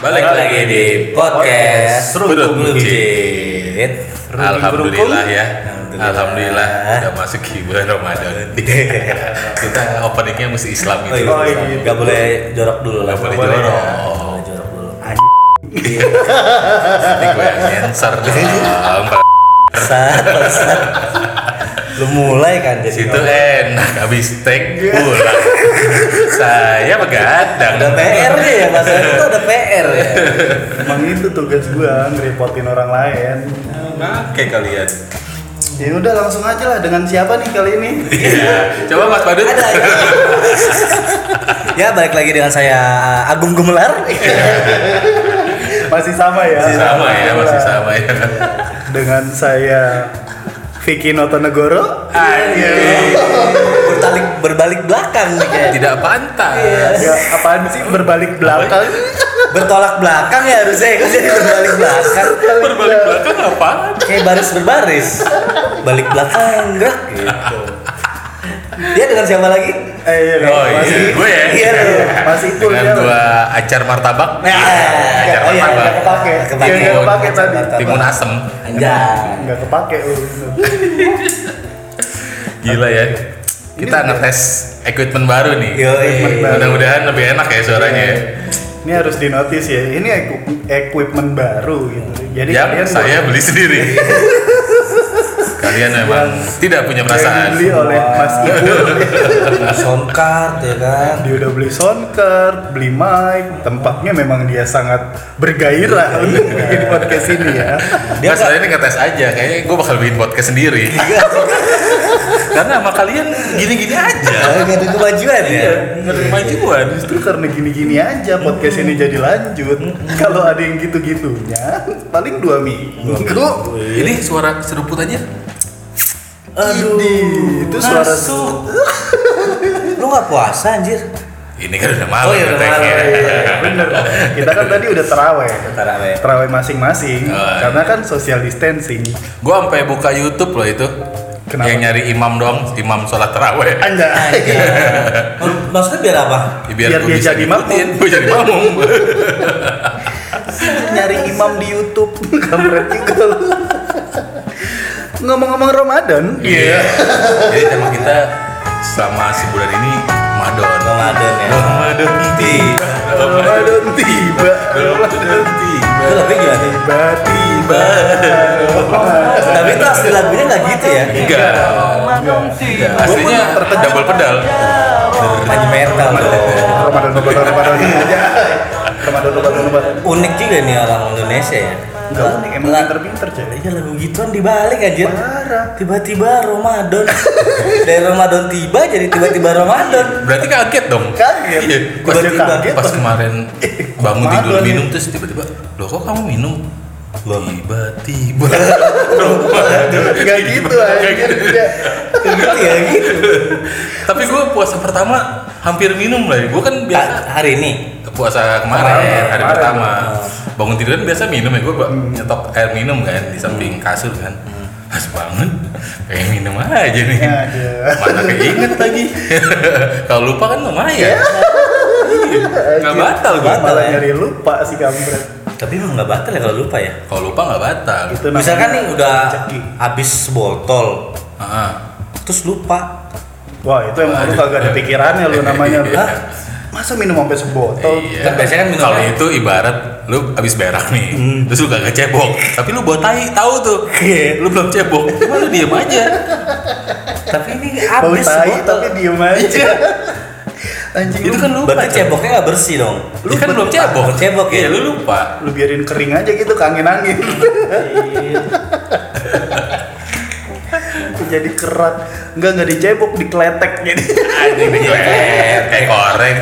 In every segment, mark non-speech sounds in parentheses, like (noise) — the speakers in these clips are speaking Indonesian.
Balik lagi di podcast Rukun Lucit. Alhamdulillah ya. Alhamdulillah. Alhamdulillah udah masuk ke bulan Ramadan. (laughs) Kita openingnya mesti Islam Oh, gitu. iya. Gak boleh jorok dulu lah. Gak boleh Gak jorok. boleh jorok dulu. Nanti gue yang nyensor (laughs) dong. Sat, sat. Lu mulai kan jadi Situ ngomong. enak habis take (laughs) pulang. ada Saya begadang. PR nya ya Mas Eri tuh ada PR ya. Emang itu tugas gua ngerepotin orang lain. Oke kalian. Ya udah langsung aja lah dengan siapa nih kali (laughs) ini? Iya. Coba Mas Badut. Ada ya. Ya balik lagi dengan saya eh, Agung Gumelar. Masih sama ya. Masih sama ya, masih sama ya. Dengan saya Vicky Notonegoro. Iya, Anjir. Bertalik berbalik belakang nih kayaknya. Tidak Iya. pantas. Ya apaan sih berbalik belakang? Bertolak belakang ya harusnya ya. Jadi berbalik belakang. Berbalik belakang apa? kayak baris berbaris balik belakang gerak gitu dia dengan siapa lagi (laughs) Eh iya dong, Oh iya, masih gue ya. iya lu masih cool Dengan ya. gua acar martabak. Nah, acar oh iya, Nggak ya, martabak. kepake. Kepake. Iya, nggak kepake tadi. Timun asem. anjay Nggak kepake lu. Gila ya. Kita Ini- ngetes equipment baru nih. Yoi. Mudah-mudahan lebih enak ya suaranya ya. Ini harus dinotis ya. Ini eku- equipment baru gitu. Jadi Yang kalian saya beli sendiri. (laughs) Kalian memang tidak punya perasaan. beli oh. oleh Mas (laughs) Ibu. sound card ya kan Dia udah beli sound card, beli mic, tempatnya memang dia sangat Iya. bergairah untuk bikin podcast ini ya. Dia Dia nggak- Iya. ini ngetes aja, kayaknya gue bakal bikin podcast (laughs) sendiri. Karena sama kalian gini-gini Iya. aja. Oh, nggak ada kemajuan ya Nggak ada kemajuan. Justru karena gini-gini aja podcast ini jadi lanjut. Kalau ada yang gitu-gitunya, paling dua minggu. Ini suara seruput aja. aduh Ini, itu suara Masuk. lu nggak puasa anjir Ini kan udah Oh, malam iya, udah ngeteknya. malam, iya, (laughs) iya. Bener. Kita kan tadi udah teraweh. Taraweh. Teraweh masing-masing. Oh. Iya. Karena kan social distancing. Gue sampai buka YouTube loh itu. Kenapa? Yang nyari imam doang, imam sholat taraweh. Anjay. (laughs) Anjay. Mak- Oh, maksudnya biar apa Ya, Biar gua dia bisa jadi ngikutin. makmum. Gua jadi makmum. (laughs) Iya. nyari imam di YouTube kampret juga lu. ngomong-ngomong Ramadan Iya. Jadi tema kita selama sebulan ini Madon. Ramadan ya Ramadan tiba. Ramadan tiba Ramadan tiba. itu lebih gimana tiba-tiba (laughs) tapi itu asli lagunya nggak gitu ya Enggak. Enggak. Aslinya double pedal. Maji metal dong. Ramadan Ramadan Ramadan aja Ramadan Ramadan Ramadan unik juga nih orang Indonesia ya enggak unik emang pinter-pinter cewek Iya lagu gituan dibalik anjir. Parah. Tiba-tiba Ramadan. (laughs) Dari Ramadan tiba jadi tiba-tiba Ramadan. Berarti kaget dong. Kaget. Iya. Pas, Gua juga kaget. ya. pas kemarin bangun Ramadan tidur nih. minum terus tiba-tiba, loh kok kamu minum? Loh. (laughs) Tiba-tiba. enggak gitu Kayak anjir dia Gitu ya gitu. Tapi gue puasa pertama hampir minum lah. Gue kan biasa Ha- Nah, hari ini. puasa kemarin Kemarin, hari kemarin. pertama bangun tidur kan biasa minum ya gue Hmm. nyetok air minum kan di samping kasur kan pas bangun pengen minum aja nih Aduh. mana keinget (laughs) lagi kalau lupa kan lumayan Iya. nggak batal gue Batal malah ya. nyari lupa si kampret Tapi emang nggak batal ya kalau lupa ya. kalau lupa nggak batal itu Misalkan nih udah rezeki. habis botol Ah. terus lupa. wah itu emang lu kagak ada pikirannya lu namanya lu Iya. Hah? masa minum sampai sebotol Iya. Kan biasanya kan minum kalau air. Hmm. itu ibarat lu abis berak nih, terus lu kagak cebok, tapi lu buat tai tahu tuh, Iya. lu belum cebok, cuma lu diem aja. Tapi (laughs) ini bau habis tai tapi botol. diem aja anjing Iya. itu lu- kan lupa. Berarti Cok. ceboknya nggak bersih dong. Lu kan belum cebok. Belum cebok, ya? Iya, lu lupa. lu biarin kering aja gitu ke angin-angin Iya. jadi kerat enggak enggak dicebok dikletek jadi Anjing digoreng. Eh koreng.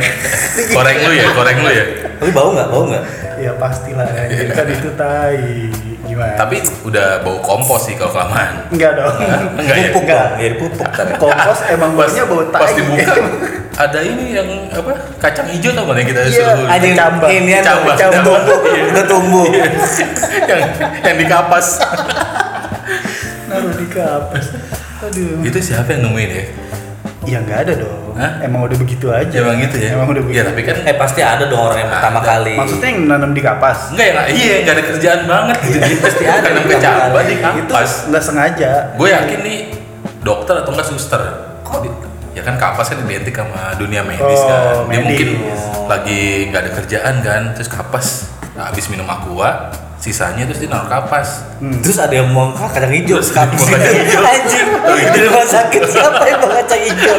Koreng lu ya, koreng lu ya. Tapi bau nggak? Bau nggak? ya pastilah anjir kan itu tai gimana Tapi udah bau kompos sih kalau kelamaan. enggak dong Enggak ya? Pupuk dong. Jadi pupuk. tapi. kompos emang baunya bau tai Iya, Pas dibuka ada ini yang apa? Kacang hijau tau gak yang kita Iya, suruh Ada yang Kecambah. ini yang Kecambah. tumbuh. Udah tumbuh. (laughs) yang yang di kapas. naruh di kapas aduh Itu siapa yang nemuin ya? Iya nggak ada dong. Hah? Emang udah begitu aja. emang gitu Iya, ya Emang udah begitu. ya tapi kan eh pasti ada dong orang yang pertama kali Maksudnya yang nanam di kapas. enggak ya nggak- iya nggak ada kerjaan banget gitu jadi pasti Iya, ada iya, yang kecabat di iya. Itu kapas nggak sengaja. gue yakin nih dokter atau enggak suster kok di- ya kan kapas kan identik sama dunia medis Oh, kan dia medis. mungkin lagi nggak ada kerjaan kan terus kapas nah, habis minum aqua sisanya terus dia naruh kapas Terus ada yang mau "Ah, kacang hijau Terus kampus mau kacang gitu. Anjing Di rumah sakit siapa yang mau kacang hijau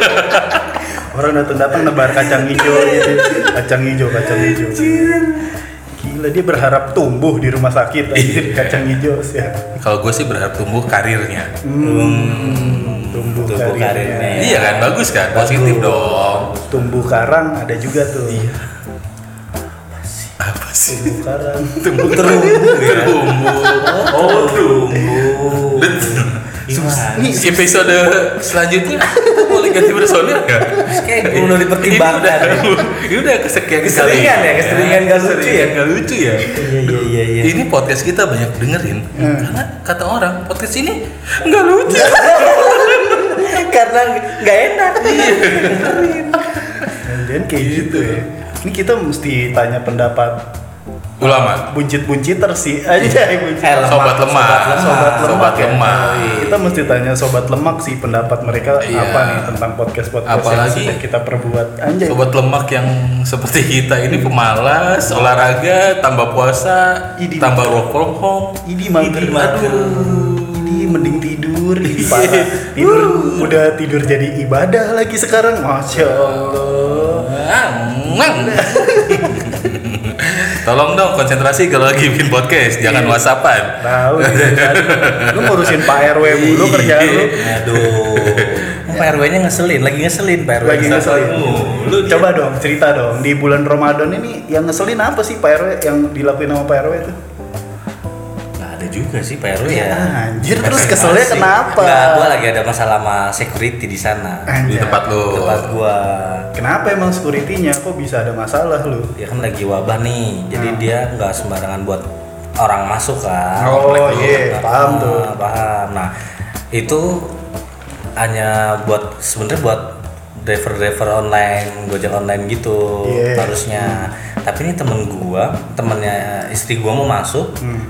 Orang datang-datang nebar kacang hijau gitu. Kacang hijau, kacang hijau. Gila dia berharap tumbuh di rumah sakit anjir Iya. kacang hijau sih. kalau gue sih berharap tumbuh karirnya Tumbuh, Tumbuh karirnya. karirnya. iya kan bagus kan positif Bagus. dong Tumbuh karang ada juga tuh. apa sih Tumbuh karang. tumbuh Terumbu ya? terumbu oh terumbu Gimana? Ini episode selanjutnya boleh ganti personil nggak? Kayak gue udah dipertimbangkan. Ini udah, ini udah kesekian kali. Iya, Keseringan ya, keseringan nggak lucu ya? Keseringan nggak lucu ya. Iya iya iya iya Ini podcast kita banyak dengerin karena kata orang podcast ini nggak lucu. Karena nggak enak Dan kayak gitu ya. Ini kita mesti tanya pendapat Ulama, buncit-bunciter sih aja Eh, lemak, sobat Oh, sobat lemah, iya. lemah, Ah, sobat sobat ya. lemah. kita mesti tanya sobat lemak sih pendapat mereka Iya. apa nih tentang podcast podcast yang Apalagi- sudah kita perbuat anjay Sobat lemak yang seperti kita ini pemalas, olahraga, tambah puasa, Idi. tambah work from home. ini mager Ini mager. aduh ini mending tidur ini parah. tidur udah tidur jadi ibadah lagi sekarang masya allah Ngang. (laughs) Tolong dong konsentrasi kalau lagi bikin podcast, jangan Iya. whatsappan. tahu gitu kan. lu ngurusin pak rw mulu kerjaan lu Iya. Aduh Pak RW nya ngeselin Lagi ngeselin Pak RW lagi ngeselin mulu dia. coba dong cerita dong di bulan ramadan ini yang ngeselin apa sih pak rw yang dilakuin sama pak rw itu Nggak ada juga sih Pak RW ya Iya. Ah, anjir terus keselnya kenapa Nggak, gua lagi ada masalah sama security di sana Di Anjay. tempat lu. Iya, Tempat gua Kenapa emang security-nya kok bisa ada masalah lu? Dia kan lagi wabah nih Jadi Hmm. dia nggak sembarangan buat orang masuk kan komplek Oh lu. iya, paham Ah, tuh. paham nah itu hanya buat sebenarnya buat driver driver online gojek online gitu Iya. harusnya tapi ini temen gua temennya istri gua mau masuk Hmm.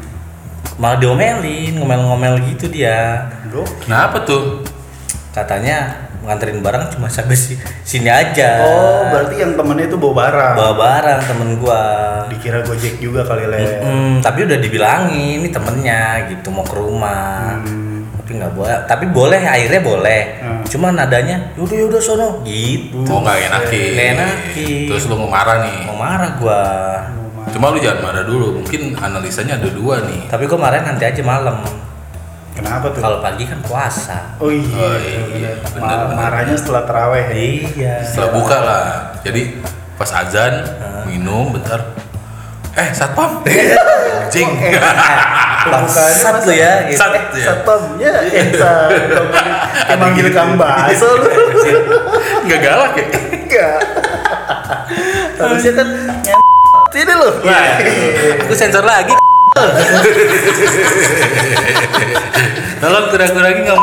malah diomelin ngomel-ngomel gitu dia Go. Kenapa tuh? katanya nganterin barang cuma sampai si- sini aja Eh, Oh, berarti yang temennya itu bawa barang. bawa barang temen gua Dikira Gojek juga kali le. Hmm, tapi udah dibilangin ini temennya gitu mau ke rumah tapi nggak boleh tapi boleh akhirnya boleh Hmm. cuma nadanya yaudah yaudah sono gitu Mau Oh, nggak enakin? Nggak enakin. Terus lu mau marah nih? mau marah gua Cuma lu jangan marah dulu. Mungkin analisanya ada dua nih. tapi gua marah nanti aja malam Kenapa tuh? kalau pagi kan puasa Oh iya, Oh, iya, bener. bener, Ma- bener. marahnya setelah teraweh. ya? iya Setelah buka lah. Jadi pas azan Ah. minum bentar. Eh (laughs) satpam. Jing. Eh, bangsat lu ya gitu. Sat Eh, ya. satpam ya, eh, satpam. Kayak gitu. manggil kang baso lu. (laughs) Enggak galak ya. Iya. Enggak. Harusnya kan Sini lu. Iya. aku sensor (laughs) lagi Tolong kurang-kurangin enggak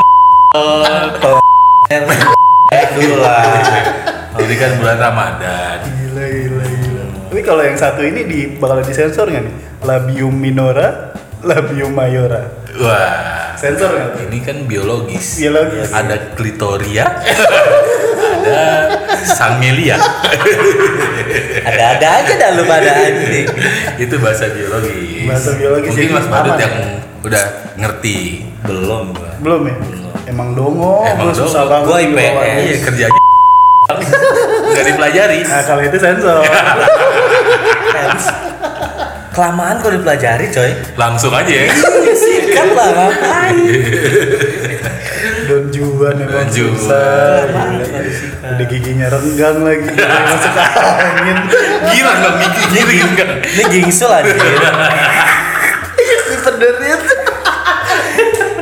(laughs) dulu lah Ini kan bulan Ramadan. Gila, gila, gila. Tapi kalau yang satu ini di bakal disensor nggak nih? Labium minora, labium mayora. Wah. Sensor nggak tuh? Ini kan biologis. Biologis. Ada klitoria. (laughs) ada sangelia. ada-ada aja dah lu pada anjing Itu bahasa biologis. Bahasa biologis Mungkin jadi Mas Badut aman. yang udah ngerti. belum gua Belum ya? Emang Oh, dongo, Emang lu susah banget. dongo. Gua di bawah. kan? IPS. Iya kerjanya (laughs) nggak dipelajari. Nah, kalau itu sensor. kelamaan kalau dipelajari coy Langsung aja ya. sikat lah ngapain Don Juan emang Don Juan. susah. Gila. Udah giginya renggang lagi. Masuk angin. Gila dong gigi gini kan. ini gingsul aja Si pedernya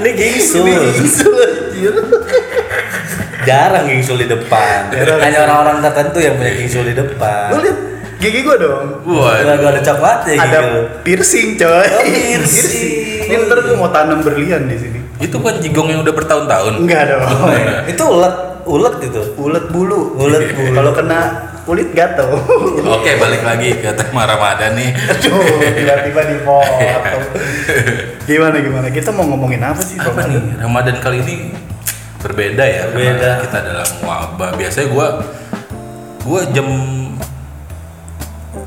ini gingsul anjir. jarang gingsul di depan Jarang. hanya orang-orang tertentu yang punya gingsul di Lu depan lihat gigi gua dong. gua Wah. gua ada coklatnya Ada gitu piercing, coy. Oh, piercing. Ini ntar gua mau tanam berlian di sini. Itu kan jigong yang udah bertahun-tahun. ya? Enggak dong. itu ulet ulet itu ulet bulu Iya. Ulet bulu. kalau kena kulit gatel Oke, balik lagi ke tema Ramadan nih. Aduh, tiba-tiba di foto gimana gimana kita mau ngomongin apa sih Apa Bang? nih? Ramadan kali ini berbeda ya. karena Berbeda. Kita dalam wabah. Biasanya gua gua jam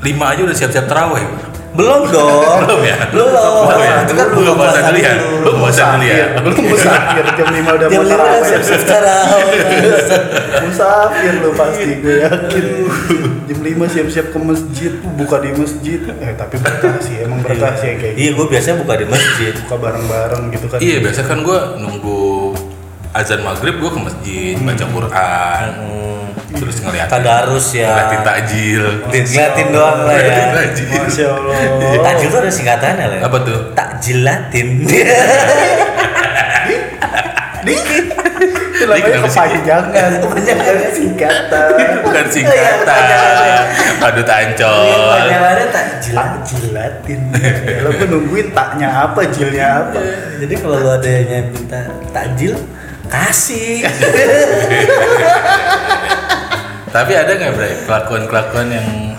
5 aja udah siap-siap tarawih. belum dong Belum ya? Belum. (laughs) Belum ya? itu kan Lu belum puasa puasa dulu ya? dulu. Lu puasa dulu ya? Iya, Lu musafir jam 5 udah Jam mau lima tarawih. siap secara Musafir lu Iya. pasti gue yakin. Jam 5 siap-siap ke masjid, buka di masjid. Eh tapi berkah sih, emang berkah sih yang kayak gitu. Iya, gue biasanya buka di masjid. Buka bareng-bareng gitu kan. Iya, biasa kan gua nunggu azan maghrib gua ke masjid Hmm. baca Quran terus ngeliat Tadarus ngeliatin ya. takjil Iya. Ngeliatin doang lah ya. Ngeliatin takjil. Masya Allah. Takjil tuh ada singkatannya lah. ya. Iya. apa tuh Takjilatin. Di. Itu namanya kenapa sih? ya? kepanjangan. Kepanjangan singkatan. bukan singkatan iya. aduh Oh. tancol Panjangannya takjilat. Tak jilatin. Ya, Lo gue nungguin taknya apa, jilnya apa. Jadi kalau lu ada yang minta takjil, kasih. tapi ada nggak Bray kelakuan-kelakuan yang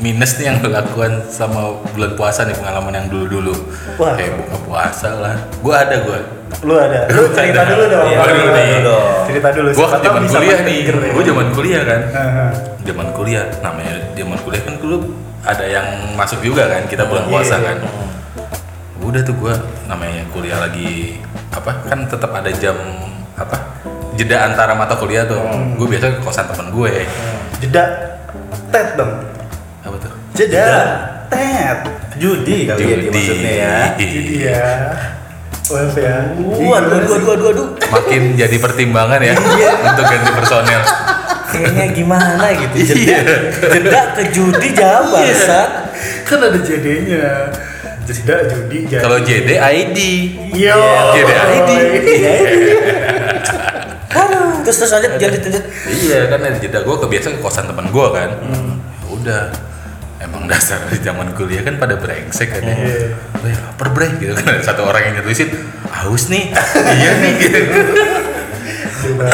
minus nih yang lu lakukan sama bulan puasa nih pengalaman yang dulu-dulu Wah. kayak buka puasa lah gua ada gua Lu ada. Lu cerita Ada. dulu dong. Iya, Gua dulu nih. Cerita dulu. gua siapa tahu kan zaman bisa kuliah nih men-trigger ya. gua zaman kuliah kan Heeh. zaman kuliah namanya zaman kuliah kan dulu ada yang masuk juga kan kita bulan Iya, puasa iya. kan udah tuh gua namanya kuliah lagi apa kan tetap ada jam apa jeda antara mata kuliah tuh gue biasa ke kosan temen gue Jeda. Tet dong. apa tuh Jeda. Jeda. Tet. Judi kali ya dia Judi. maksudnya ya. Jadi ya. Wes ya. Iya. Waduh, aduh, aduh, aduh, aduh. makin jadi pertimbangan ya untuk ganti personel Kayaknya gimana gitu. Iya. Jeda, jeda ke judi jauh bangsat. Kan ada jedenya. Jeda judi jadi. Iya. kalau ya, JD ID Yo. Jeda ID. Iya. ya. Aduh, terus terus lanjut jadi lanjut. iya kan ada jeda gue kebiasaan ke kosan temen gue kan Ya udah emang dasar di zaman kuliah kan pada brengsek kan ya Iya. Weh, lapar bre gitu kan (laughs) Ada satu orang yang nyetusin haus nih (laughs) iya nih gitu Coba.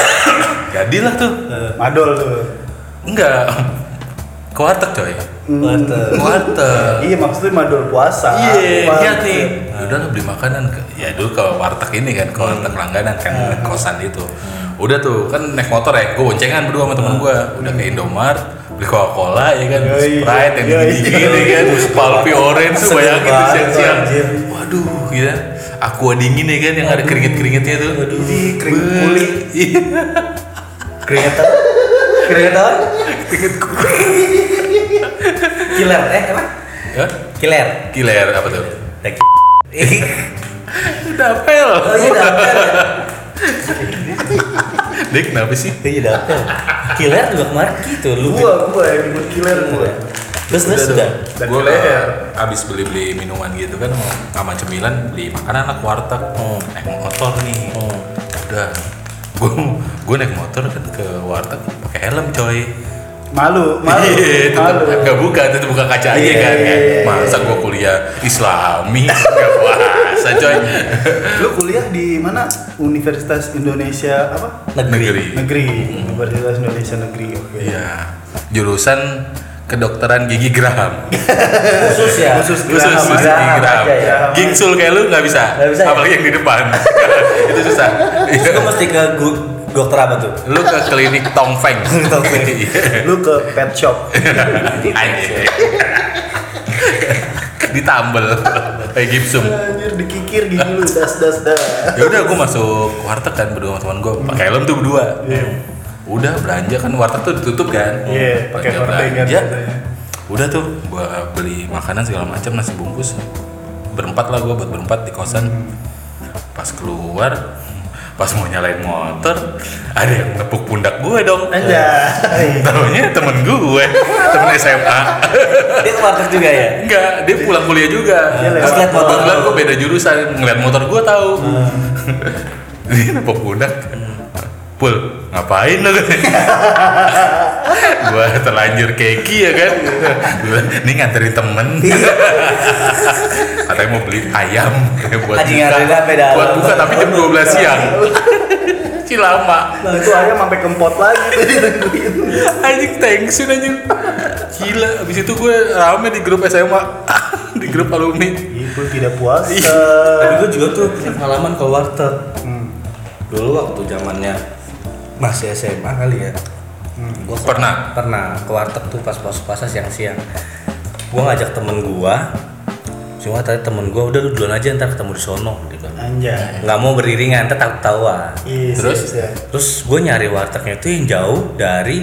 jadilah tuh Madol tuh. enggak ke warteg coy Mantap. ke warteg Iya maksudnya madol puasa. Ah, Iya, Puasa. lihat nih. Udah lah beli makanan ke ya dulu ke warteg ini kan, ke warteg langganan kan Hmm. kosan itu. Udah tuh kan naik motor ya, gue boncengan berdua sama Hmm. temen gue. Udah ke Indomaret, beli Coca-Cola ya kan, Yoi. Sprite yang Yoi. gini-gini (laughs) kan, Palpi Orange tuh Seru bayangin tuh banget, siang-siang. anjir. Waduh, gitu. Aqua dingin ya kan yang ada keringet-keringetnya tuh. Waduh. Ini Keringet beuh. kulit. Iya, Kreator. Kreator. Killer eh apa? Ya, Killer. Killer ya, apa tuh? (laughs) Daki. (laughs) Dapel. Oh iya dapel. Dia kenapa sih? Iya dapel. Killer juga kemarin gitu lu. Gua gua yang ribut killer gua. Terus terus Udah udah. Dan gue ke leher. abis beli-beli minuman gitu kan mau sama cemilan beli makanan lah ke warteg Hmm. naik motor nih Hmm. udah gue gue naik motor kan ke warteg pakai helm coy (laughs) Malu, malu, Iya, tetep malu. nggak buka tetep buka kaca aja Iya, kan iya, iya. masa gue kuliah islami (laughs) nggak puasa coy Lu kuliah di mana? Universitas Indonesia apa? Negeri. negeri Negeri. Universitas Indonesia Negeri. Oke. iya jurusan kedokteran gigi Graham Khusus ya. Khusus khusus Graham khusus aja. gigi Graham aja ya. gingsul kayak lu nggak bisa, Nggak bisa ya? apalagi yang di depan (laughs) itu susah (laughs) Terus lu kan mesti ke gu- dokter apa tuh? lu ke klinik Tong Feng (laughs) Tong Feng. Iya. (laughs) Lu ke pet shop. Anjir. ditambel kayak gipsum Anjir dikikir gigi lu das das das. ya udah gue masuk warteg kan berdua sama teman gue pakai helm tuh berdua Iya. udah belanja kan warteg tuh ditutup kan Iya, pakai Belanja- hordeng kan belanja. biasanya. udah tuh gue beli makanan segala macam nasi bungkus berempat lah gue buat berempat di kosan pas keluar pas mau nyalain motor ada yang nepuk pundak gue dong Anjay. Taunya temen gue, temen SMA. Dia ke warteg juga ya? Enggak, dia pulang kuliah juga. Dia Iya, lewat. Pas ngeliat motor kebetulan gue Hmm. (laughs) beda jurusan, ngeliat motor gue tahu. Dia nepok pundak. pul ngapain (laughs) lo gua terlanjur keki ya kan Gua, ini nganterin temen Iya. (laughs) katanya mau beli ayam buat Anjing nganterin sampai dalam. buat buka tapi jam (laughs) 12 siang cilama Nah itu ayam sampai kempot lagi tuh ditungguin. anjing tension anjing gila abis itu gue rame di grup SMA (laughs) di grup alumni Ibu tidak puasa. Iya. Tapi gue juga tuh punya pengalaman ke warteg. Hmm. Dulu waktu zamannya masih SMA kali ya. Gua ke- Pernah? Pernah ke warteg tuh pas puasa puasa siang-siang. Gue ngajak temen gue. Cuma tadi temen gue udah lu duluan aja ntar ketemu di sono gitu. Anjay. Nggak mau beriringan, ntar takut tauan. Yes, Terus? yes, ya. Terus gue nyari wartegnya itu yang jauh dari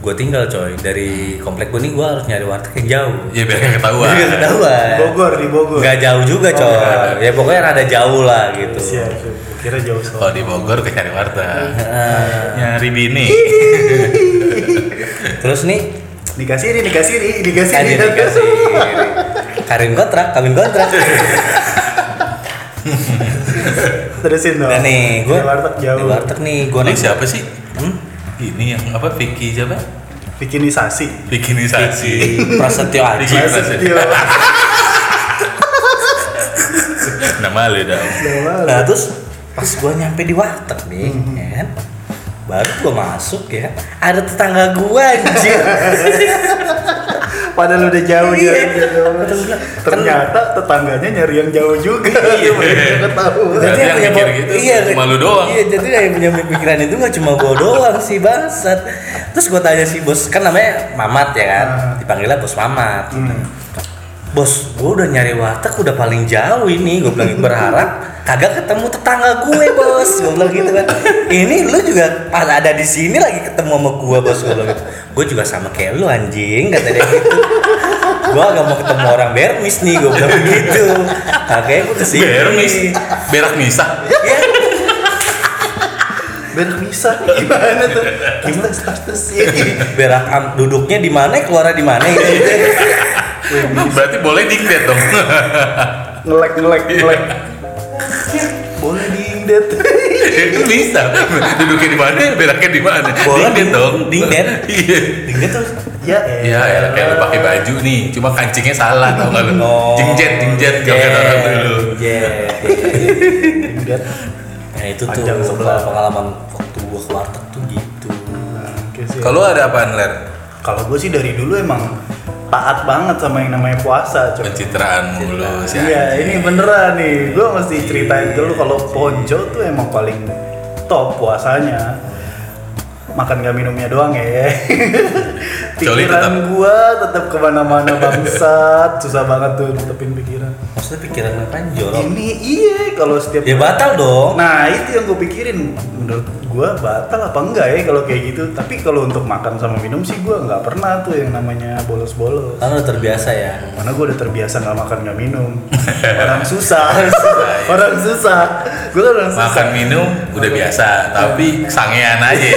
gue tinggal coy. Dari komplek gue nih gue harus nyari warteg yang jauh. ya biar gak ketahuan Jadi nggak ketahuan. Bogor di Bogor. Nggak jauh juga Oh, coy. nggak. ya pokoknya rada jauh lah gitu. Siap, siap. Kira jauh soal. kalau di Bogor ke nyari warteg Nah, nyari bini terus nih Dikasih ini, dikasih ini, dikasih tadi ini. dikasih kawin kontrak, kawin (laughs) kontrak. Terusin dong. Nah nih, gue Di warteg Di jauh. warteg nih, gue ini nih. siapa sih Hmm? ini yang apa Vicky siapa Bikinisasi. bikinisasi Prasetyo Aji. Vicky Prasetyo. (laughs) nama lu ya, dong Nah terus pas gue nyampe di warteg nih, Hmm. ya kan? Baru gue masuk ya, ada tetangga gue anjir. (laughs) Padahal udah jauh Iya. jauh, jauh. Ternyata tetangganya nyari yang jauh juga. Kan Iya. Mereka ketahuan. Berarti yang punya mikir po- gitu cuma lu doang. Iya, jadi yang punya pikiran itu gak cuma gue doang sih bangsat. Terus gue tanya si bos, kan namanya Mamat ya kan? Ah. Dipanggilnya bos Mamat. Hmm. Bos, gue udah nyari warteg udah paling jauh ini. Gue bilang berharap kagak ketemu tetangga gue bos. Gue bilang gitu kan. Ini lu juga pas ada di sini lagi ketemu sama gue bos. Gue bilang gitu. Gue juga sama kayak lu anjing kata dia gitu. Gue agak mau ketemu orang bermis nih. Gue bilang gitu. Kakek gue kesini. Bermis berak misah Ya, Biar bisa gimana tuh? Gimana statusnya? berak am- duduknya di mana, keluarnya di mana gitu. berarti boleh dikdet (laughs) dong Ngelek ngelek Iya. ngelek. Boleh diindet. itu bisa duduknya di mana beraknya di mana Bola dikdet di- dong dikdet. iya Dingin tuh. Ya, Iya, ya, kayak lu pakai baju nih, cuma kancingnya salah tau (laughs) gak lu? Oh, Jengjet, iya. jengjet, kalau kata orang dulu. Jengjet. Indet. Nah itu tuh Panjang sebelah. pengalaman waktu gua ke warteg tuh gitu. Nah, Oke sih. Kalau ada apaan ler? Kalau gue sih dari dulu emang taat banget sama yang namanya puasa. Coba. Pencitraan mulu sih. Iya, ini beneran nih. Gue mesti ceritain dulu kalau Ponco tuh emang paling top puasanya. Makan gak minumnya doang ya. (laughs) Kecuali tetap- pikiran gue tetap kemana-mana bangsat. Susah banget tuh tetepin pikiran. Maksudnya pikiran apa jorok? Ini iya kalau setiap Ya batal dong. Nah itu yang gue pikirin menurut gue batal apa enggak ya kalau kayak gitu. Tapi kalau untuk makan sama minum sih gue nggak pernah tuh yang namanya bolos-bolos. Karena udah terbiasa ya. Karena gue udah terbiasa nggak makan nggak minum. Orang (laughs) susah, orang susah. Gue orang susah. Makan minum udah biasa, tapi sangean aja. Iya.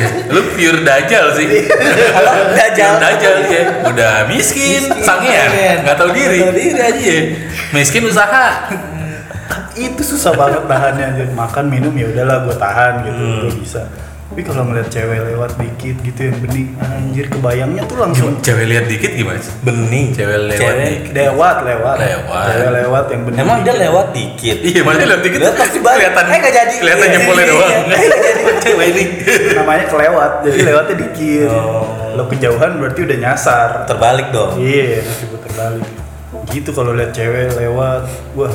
(laughs) lu pure dajal sih. Kalau dajal. Pure dajal ya. Udah miskin, Miskin, sangean. sangean, nggak tahu diri. Nggak tahu diri aja. Iya. Miskin usaha. Itu susah banget tahannya. Jadi Makan minum ya udahlah gue tahan gitu, Hmm. gue bisa. Tapi kalau ngeliat cewek lewat dikit gitu yang bening, anjir kebayangnya tuh langsung Gimana? Cewek lihat dikit gimana? sih? Bening. Cewek lewat dikit. lewat lewat Lewat. cewek lewat yang bening Emang dia lewat dikit. Iya, maksudnya lihat dikit. Lihat pasti banyak. kelihatan. Eh, nggak jadi. Kelihatan Iya, jempolnya iya, doang. iya. Eh, nggak jadi. Cewek ini. namanya kelewat jadi lewatnya dikit Oh. lo kejauhan berarti udah nyasar Terbalik dong. iya terus puter balik gitu kalau lihat cewek lewat wah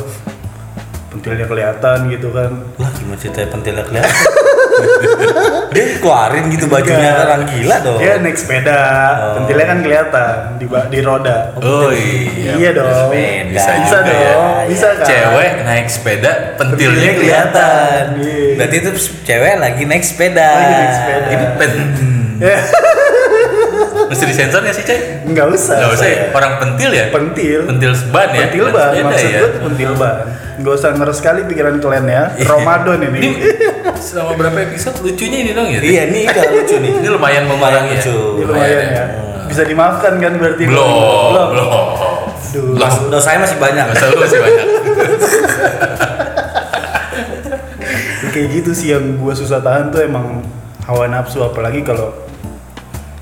pentilnya kelihatan gitu kan Lah gimana ceritanya pentilnya kelihatan? (laughs) dia keluarin gitu bajunya Enggak. orang gila dong. dia Iya, naik sepeda Oh. pentilnya kan kelihatan di ba- di roda Oh iya. iya dong sepeda. Bisa bisa juga ya. dong bisa kan Cewek naik sepeda, pentilnya Pentilnya kelihatan. kelihatan. Iya. Berarti itu cewek lagi naik sepeda. Lagi naik sepeda. Ya, Ini pen. (laughs) Mesti disensor ya sih, Cek? nggak usah Nggak usah ya? saya. Orang pentil ya? pentil Pentil seban ya? pentil ban sepeda maksud ya? gue tuh pentil ban nggak usah ngeres kali pikiran kalian ya Iya. Ramadan ini Ini selama berapa episode lucunya ini dong ya? Cek? Iya nih udah lucu nih. Ini lumayan Lumayan memarang ya? lucu. Ini lumayan ya. Bisa dimaafkan kan berarti? Belum, Belum. belum. Aduh. Lah, Dosanya masih banyak. masa lu masih banyak. kayak gitu sih yang gua susah tahan tuh emang hawa nafsu apalagi kalau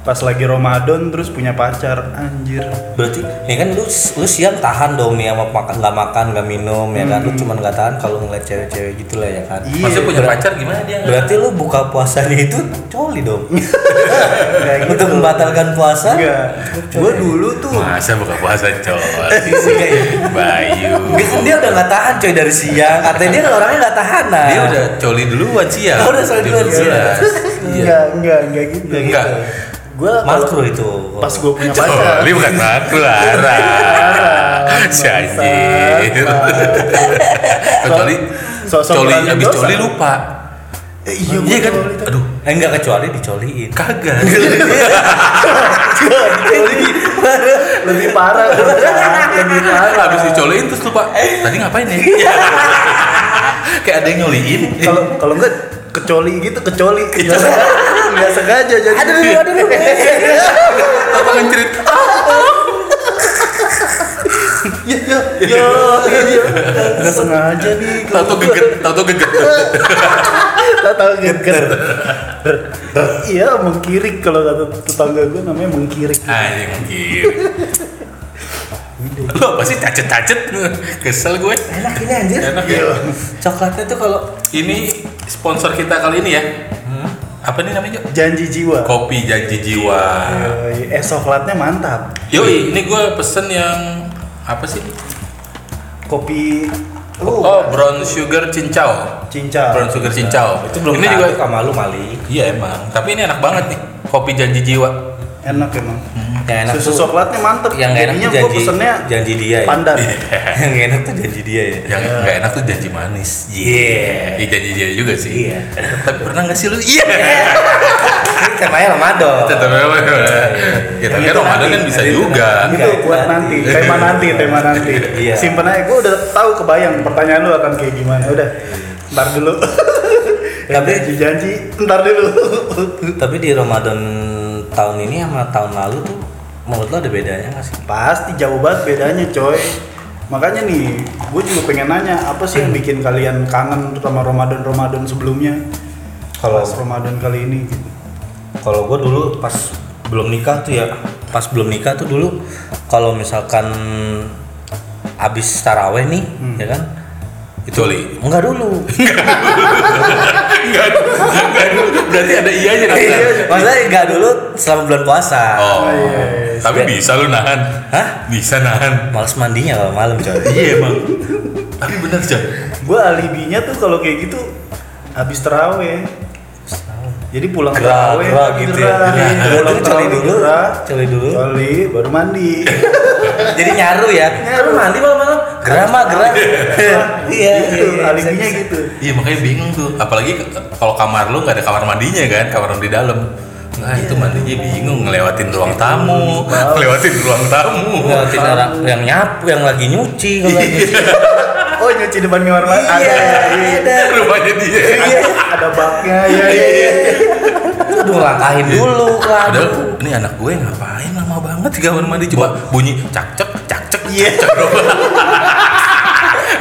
pas lagi Ramadan terus punya pacar anjir berarti ini kan lu lu siang tahan dong nih sama makan nggak makan nggak minum ya kan lu cuman nggak tahan kalau ngeliat cewek-cewek gitu lah ya kan Hmm. Iya, Maksudnya punya berat. pacar gimana dia? berarti lu buka puasanya itu coli dong Kayak gitu. untuk membatalkan puasa Iya. enggak gua dulu tuh Masa buka puasa (laughs) cowok? Sih, kayak- Bayu. Enggak kan dia udah Iya. nggak tahan coy dari siang katanya dia kan orangnya nggak tahan nah. Dia udah coli duluan sih ya. Oh, udah coli duluan sih ya. Iya. enggak enggak enggak gitu Enggak. gua kalau- makro itu pas gua punya pacar Coli bukan aku Lara. Si anjir. Kecuali Sosok coli orang habis dosa. coli lupa. Eh, iya Iya gua kan? coli tuh. Aduh, Eh, enggak kecuali dicoliin kagak. kan? (laughs) Coli. Iya, lebih parah tuh, Kak. lebih parah Ah, Habis dicoliin terus lupa. Tadi ngapain ya? (laughs) Kayak ada yang nyoliin. kalau kalau enggak kecoli gitu kecoli nggak sengaja, nggak sengaja jadi aduh aduh (laughs) aduh Apa kan cerita? Iya, iya, iya, iya, iya. Nggak sengaja nih Tato geget, tato geget. tahu geger iya mengkirik kalau kata tetangga gue namanya mengkirik Anjing Ah, mungkin. Lu apa sih cacet-cacet? Kesel gue. (laughs) enak ini anjir Enak ya. Iya. coklatnya tuh kalau Ini sponsor kita kali ini ya. Apa nih namanya? Jo? janji jiwa Kopi Janji Jiwa. Yoi, es coklatnya Eh, mantap Yoi, ini gue pesen yang apa sih? kopi lu Oh, brown sugar cincau. Brown cincau sugar cincau. itu belum ini juga sama lu mali Iya emang, tapi ini enak banget nih. Kopi Janji Jiwa. enak emang yang enak susu tuh coklatnya mantep yang nggak enak jadinya tuh gue janji pesennya janji dia ya pandan (laughs) yang nggak enak tuh janji dia ya Yang nggak enak tuh janji manis. Yeah. Iya, janji jiwa juga sih. Iya. Tapi pernah nggak sih lu? Iya. Oh, ini temanya Ramadan Tetap memang. Ya, tapi kan itu Ramadan nanti. kan bisa Yang itu juga. nanti. itu gitu buat nanti tema nanti tema nanti (laughs) Iya. simpen aja gue udah tahu kebayang pertanyaan lu akan kayak gimana udah ntar dulu (laughs) Tapi- janji janji ntar dulu (laughs) tapi di Ramadan tahun ini sama tahun lalu tuh menurut lo ada bedanya nggak sih pasti jauh banget bedanya coy makanya nih gue juga pengen nanya apa sih Hmm. yang bikin kalian kangen sama Ramadan Ramadan sebelumnya Kalau- kalau Ramadan kali ini gitu kalau gue dulu pas belum nikah tuh ya pas belum nikah tuh dulu kalau misalkan abis taraweh nih ya kan Itu li. enggak dulu (laughs) Enggak, enggak. Berarti ada iya aja Iya, Nathan. maksudnya enggak dulu selama bulan puasa Oh. iya, iya. Tapi bisa lu nahan. Hah? Bisa nahan. males mandinya kalau malam coy Iya, Bang. Tapi bener, Jan. gue alibinya tuh kalau kayak gitu habis teraweh jadi pulang gerah teraweh gerah gitu ya gerah. Gerah. Pulang Berarti coli teraweh, dulu gerah. coli dulu coli baru mandi jadi nyaru ya Nyaru. Lu mandi malam-malam gerah mah gerah (laughs) (laughs) iya gitu iya, alibinya bisa, bisa. gitu Iya, makanya bingung tuh. Apalagi ke- kalau kamar lu nggak ada kamar mandinya kan, kamar mandi dalam. Nah, itu mandinya bingung ngelewatin ruang tamu, ngelewatin ruang tamu. Ngeliatin (laughs) orang yang nyapu yang lagi nyuci kalau lagi oh nyuci depan kamar mandi iya ada Rumahnya dia. iya ada baknya ya iya iya Aduh langkahin dulu kan. Padahal ini anak gue ngapain lama banget di kamar mandi coba bunyi cak cek cak cek Iya. cak, cek doang. (laughs)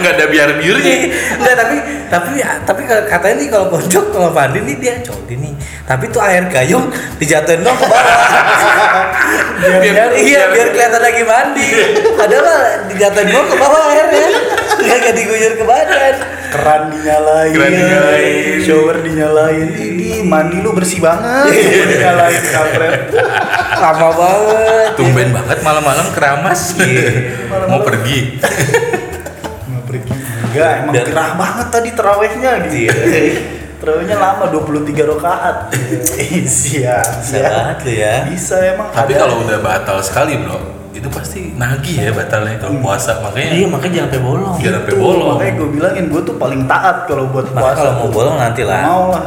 Nggak ada biar biurnya. Iya, Enggak tapi tapi tapi kalau- katanya nih kalau pojok kalau mandi nih dia coli nih. Tapi tuh air gayung dijatuhin dong ke bawah. Biar- biar, iya biar kelihatan lagi mandi. Padahal mah dijatuhin dong ke bawah airnya. Enggak enggak diguyur ke badan. keran dinyalain Keran dinyalain. shower dinyalain ini mandi lu bersih banget Iya, dinyalain kampret Lama banget. Tumben banget malam-malam keramas. (laughs) Mau pergi. nggak pergi enggak emang Dan- gerah banget tadi terawehnya gitu Iya. (laughs) terawehnya lama 23 rakaat iya Bisa iya banget lu ya. bisa emang Tapi ada. kalau udah batal sekali, Bro, itu pasti nagih ya batalnya kalau puasa. Iya Makanya makanya jangan sampai bolong. jangan sampai Tuh, bolong. makanya gue bilangin gue tuh paling taat kalau buat Makanya puasa kalau mau bolong nanti lah. mau lah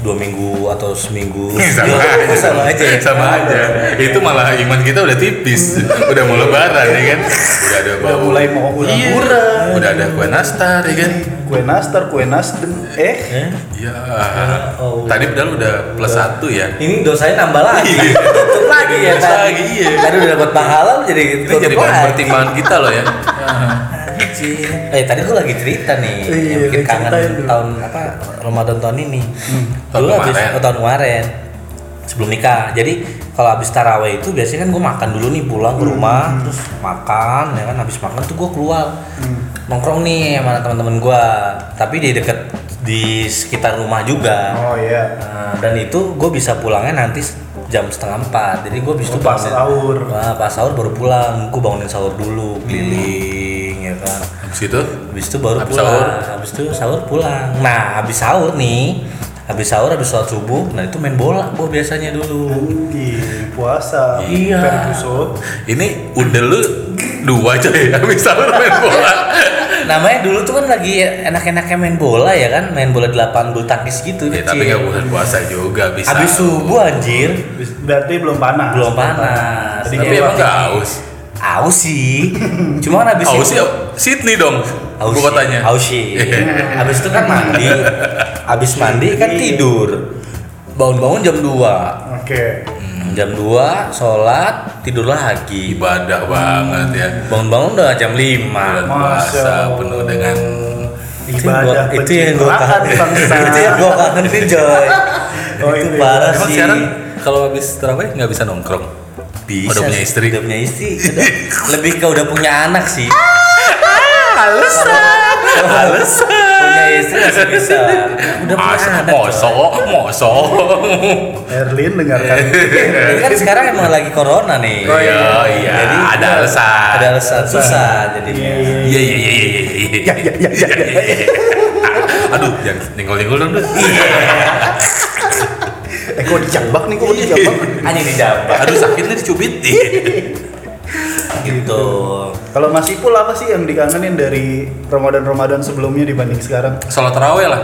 dua minggu atau seminggu (laughs) Iya, sama aja. sama aja ya? Sama aja. Itu malah iman kita udah tipis. udah mau lebaran ya kan. Udah ada Udah bau- mulai mau Iya. hura-hura. Udah ada kue nastar ya kan. kue nastar kue nasdem eh Eh, Iya. oh. Tadi padahal udah plus satu ya. ini dosanya nambah lagi tutup lagi ya Iya. Tutup tadi lagi, iya. tadi udah dapat pahala lu jadi Ini tutup jadi bahan lagi. pertimbangan kita loh ya. anjing Eh tadi gue lagi cerita nih, Iya, yang bikin lagi kangen ceritain dulu. tahun apa Ramadan tahun ini. Hmm, Tahun Dulu habis kemarin. oh, tahun kemarin sebelum nikah. Jadi kalau habis taraweh itu biasanya kan gue makan dulu nih pulang Hmm. ke rumah, terus makan ya kan habis makan tuh gue keluar Hmm. nongkrong nih sama teman-teman gue. Tapi di deket di sekitar rumah juga. oh iya Nah, dan itu gue bisa pulangnya nanti jam setengah empat. Jadi gue bisa Oh, pas sahur. Hmm. Wah, pas sahur baru pulang. Gue bangunin sahur dulu keliling ya kan. Habis itu Habis itu baru Habis pulang. sahur? Habis itu sahur pulang. Nah, habis sahur nih, habis sahur habis sholat subuh, nah itu main bola gua biasanya dulu. Anjing, Iya, puasa Iya. Perkuso. ini udah lu dua coy habis sahur main bola. Namanya dulu tuh kan lagi enak-enaknya main bola ya kan, main bola di lapangan bulu tangkis gitu. ya, kecil. tapi nggak bukan puasa juga bisa. Habis subuh anjir, berarti belum panas belum panas. Tadi Tapi Belum emang nggak panas. haus. Aus sih. Cuma kan habis itu- Haus sih Sydney dong. Haus Gue sih, tanya. haus (laughs) sih. Habis itu kan mandi. Habis mandi kan Iya. tidur. Bangun-bangun jam 2. oke Hmm. jam 2 sholat tidur lagi Ibadah banget ya. bangun-bangun udah jam 5 Bulan Masya puasa Allah. penuh dengan ibadah itu yang gue pencitraan kangen bangsa (laughs) itu yang gue kangenin (laughs) coy Oh, itu itu ya. parah Emang sih sekarang kalau habis terawih nggak bisa nongkrong. bisa udah punya sih, istri. udah punya istri udah. lebih ke udah punya anak (laughs) sih Alasan. punya istri masih bisa udah punya Masa anak coy. mosok, mosok. Erlin dengarkan Tapi (laughs) kan sekarang emang lagi corona nih Oh iya, iya. Jadi Ada alasan. ada alasan susah jadinya Iya iya iya iya iya. ya, ya, ya, Aduh, jangan nyenggol-nyenggol dong. Dut. eh kok dijambak nih Oh, kok dijambak hanya dijawab Aduh sakit nih dicubit. Iya. gitu kalau Mas Ipul apa sih yang dikangenin dari Ramadan-Ramadan sebelumnya dibanding sekarang? Salat tarawih lah,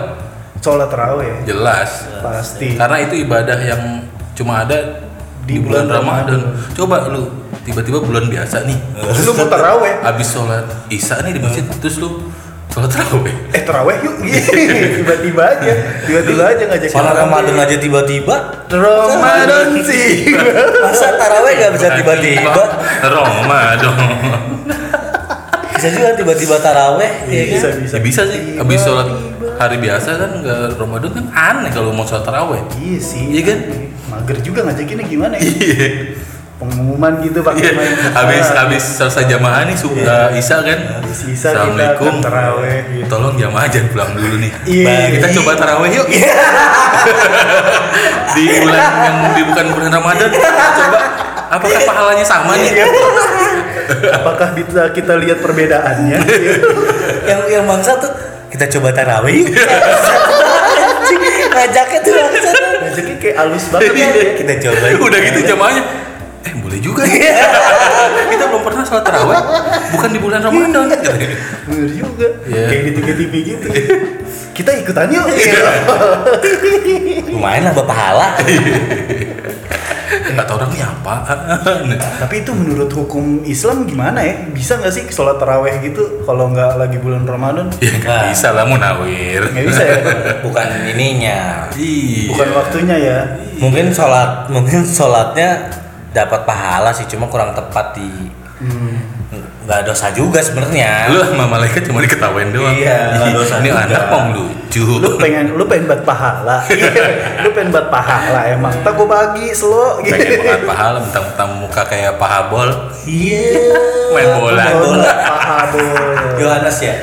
Sholat taraweh jelas. pasti. Karena itu ibadah yang cuma ada di, Di bulan bulan Ramadan. Coba lu tiba-tiba bulan biasa nih. Lu mau taraweh? Habis sholat Isya nih di masjid terus lu sholat tarawih. Eh taraweh yuk, (laughs) tiba-tiba aja, tiba-tiba aja ngajak. Malah taraweh. Ramadan aja tiba-tiba Ramadan Iya sih. kan? Masa taraweh gak bisa tiba-tiba? Ramadan. Bisa juga tiba-tiba taraweh. ya Bisa kan? bisa. Ya bisa sih. Habis Iya. sholat hari biasa kan nggak Ramadan kan aneh kalau mau sholat tarawih. Iya sih. Iya kan? Mager juga ngajakinnya gimana ya? Iya. Pengumuman gitu Nah, pakai main. (laughs) Habis habis selesai jamaah nih suka Isya kan. Habis Isya kita akan taraweh, gitu. Tolong jamaah jangan pulang dulu nih. Iya. Bang, Kita coba taraweh yuk. di bulan yang di bukan bulan Ramadan kita coba apakah pahalanya sama nih? Apakah kita, kita lihat perbedaannya? (laughs) Yang yang bangsa tuh kita coba (laughs) taraweh. Anjing, Ngajaknya tuh bangsa tuh. Ngajaknya kayak alus banget. ya. Iya. Kita coba. (laughs) Udah gitu jamaahnya. Eh boleh juga ya. kita belum pernah sholat taraweh bukan di bulan Ramadan. Bener juga. Iya. Kayak di TV-TV gitu. Iya. kita ikutan yuk. Lumayan lah buat pahala. Iya. Kata orang nih (laughs) apaan? (laughs) Tapi itu menurut hukum Islam gimana ya? Bisa nggak sih sholat taraweh gitu kalau nggak lagi bulan Ramadan? Ya nggak bisa lah munawir. Nah. Nggak bisa ya? Iya. Bukan ininya. Iya. Bukan waktunya ya. Mungkin sholat mungkin sholatnya dapat pahala sih, cuma kurang tepat di Hmm. nggak dosa juga sebenarnya. Lu sama malaikat cuma diketawain doang. Iya, nggak dosa Ini juga. anak mau lucu. Lu pengen lu pengen buat pahala. Iya. lu pengen buat pahala emang. Tak gua bagi slow pengen gitu. banget pahala mentang-mentang muka kayak paha bol Iya. main bola bola. Pahabol. Yohanes ya.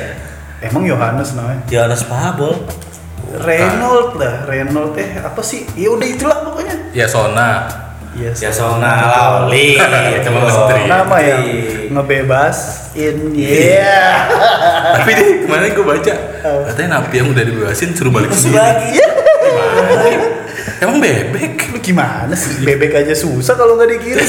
Emang Yohanes namanya? Yohanes Pahabol. Reynold lah, Reynold eh apa sih? Ya udah itulah pokoknya. ya sona Iya. Ya Sona (laughs) Lauli Cuma ya? istri. Nama Oh, ya? yang ngebebasin. Iya. tapi dia kemarin gue baca katanya napi yang udah dibebasin suruh balik Terus sendiri lagi emang bebek Lu gimana sih? Bebek aja susah kalau nggak dikirim.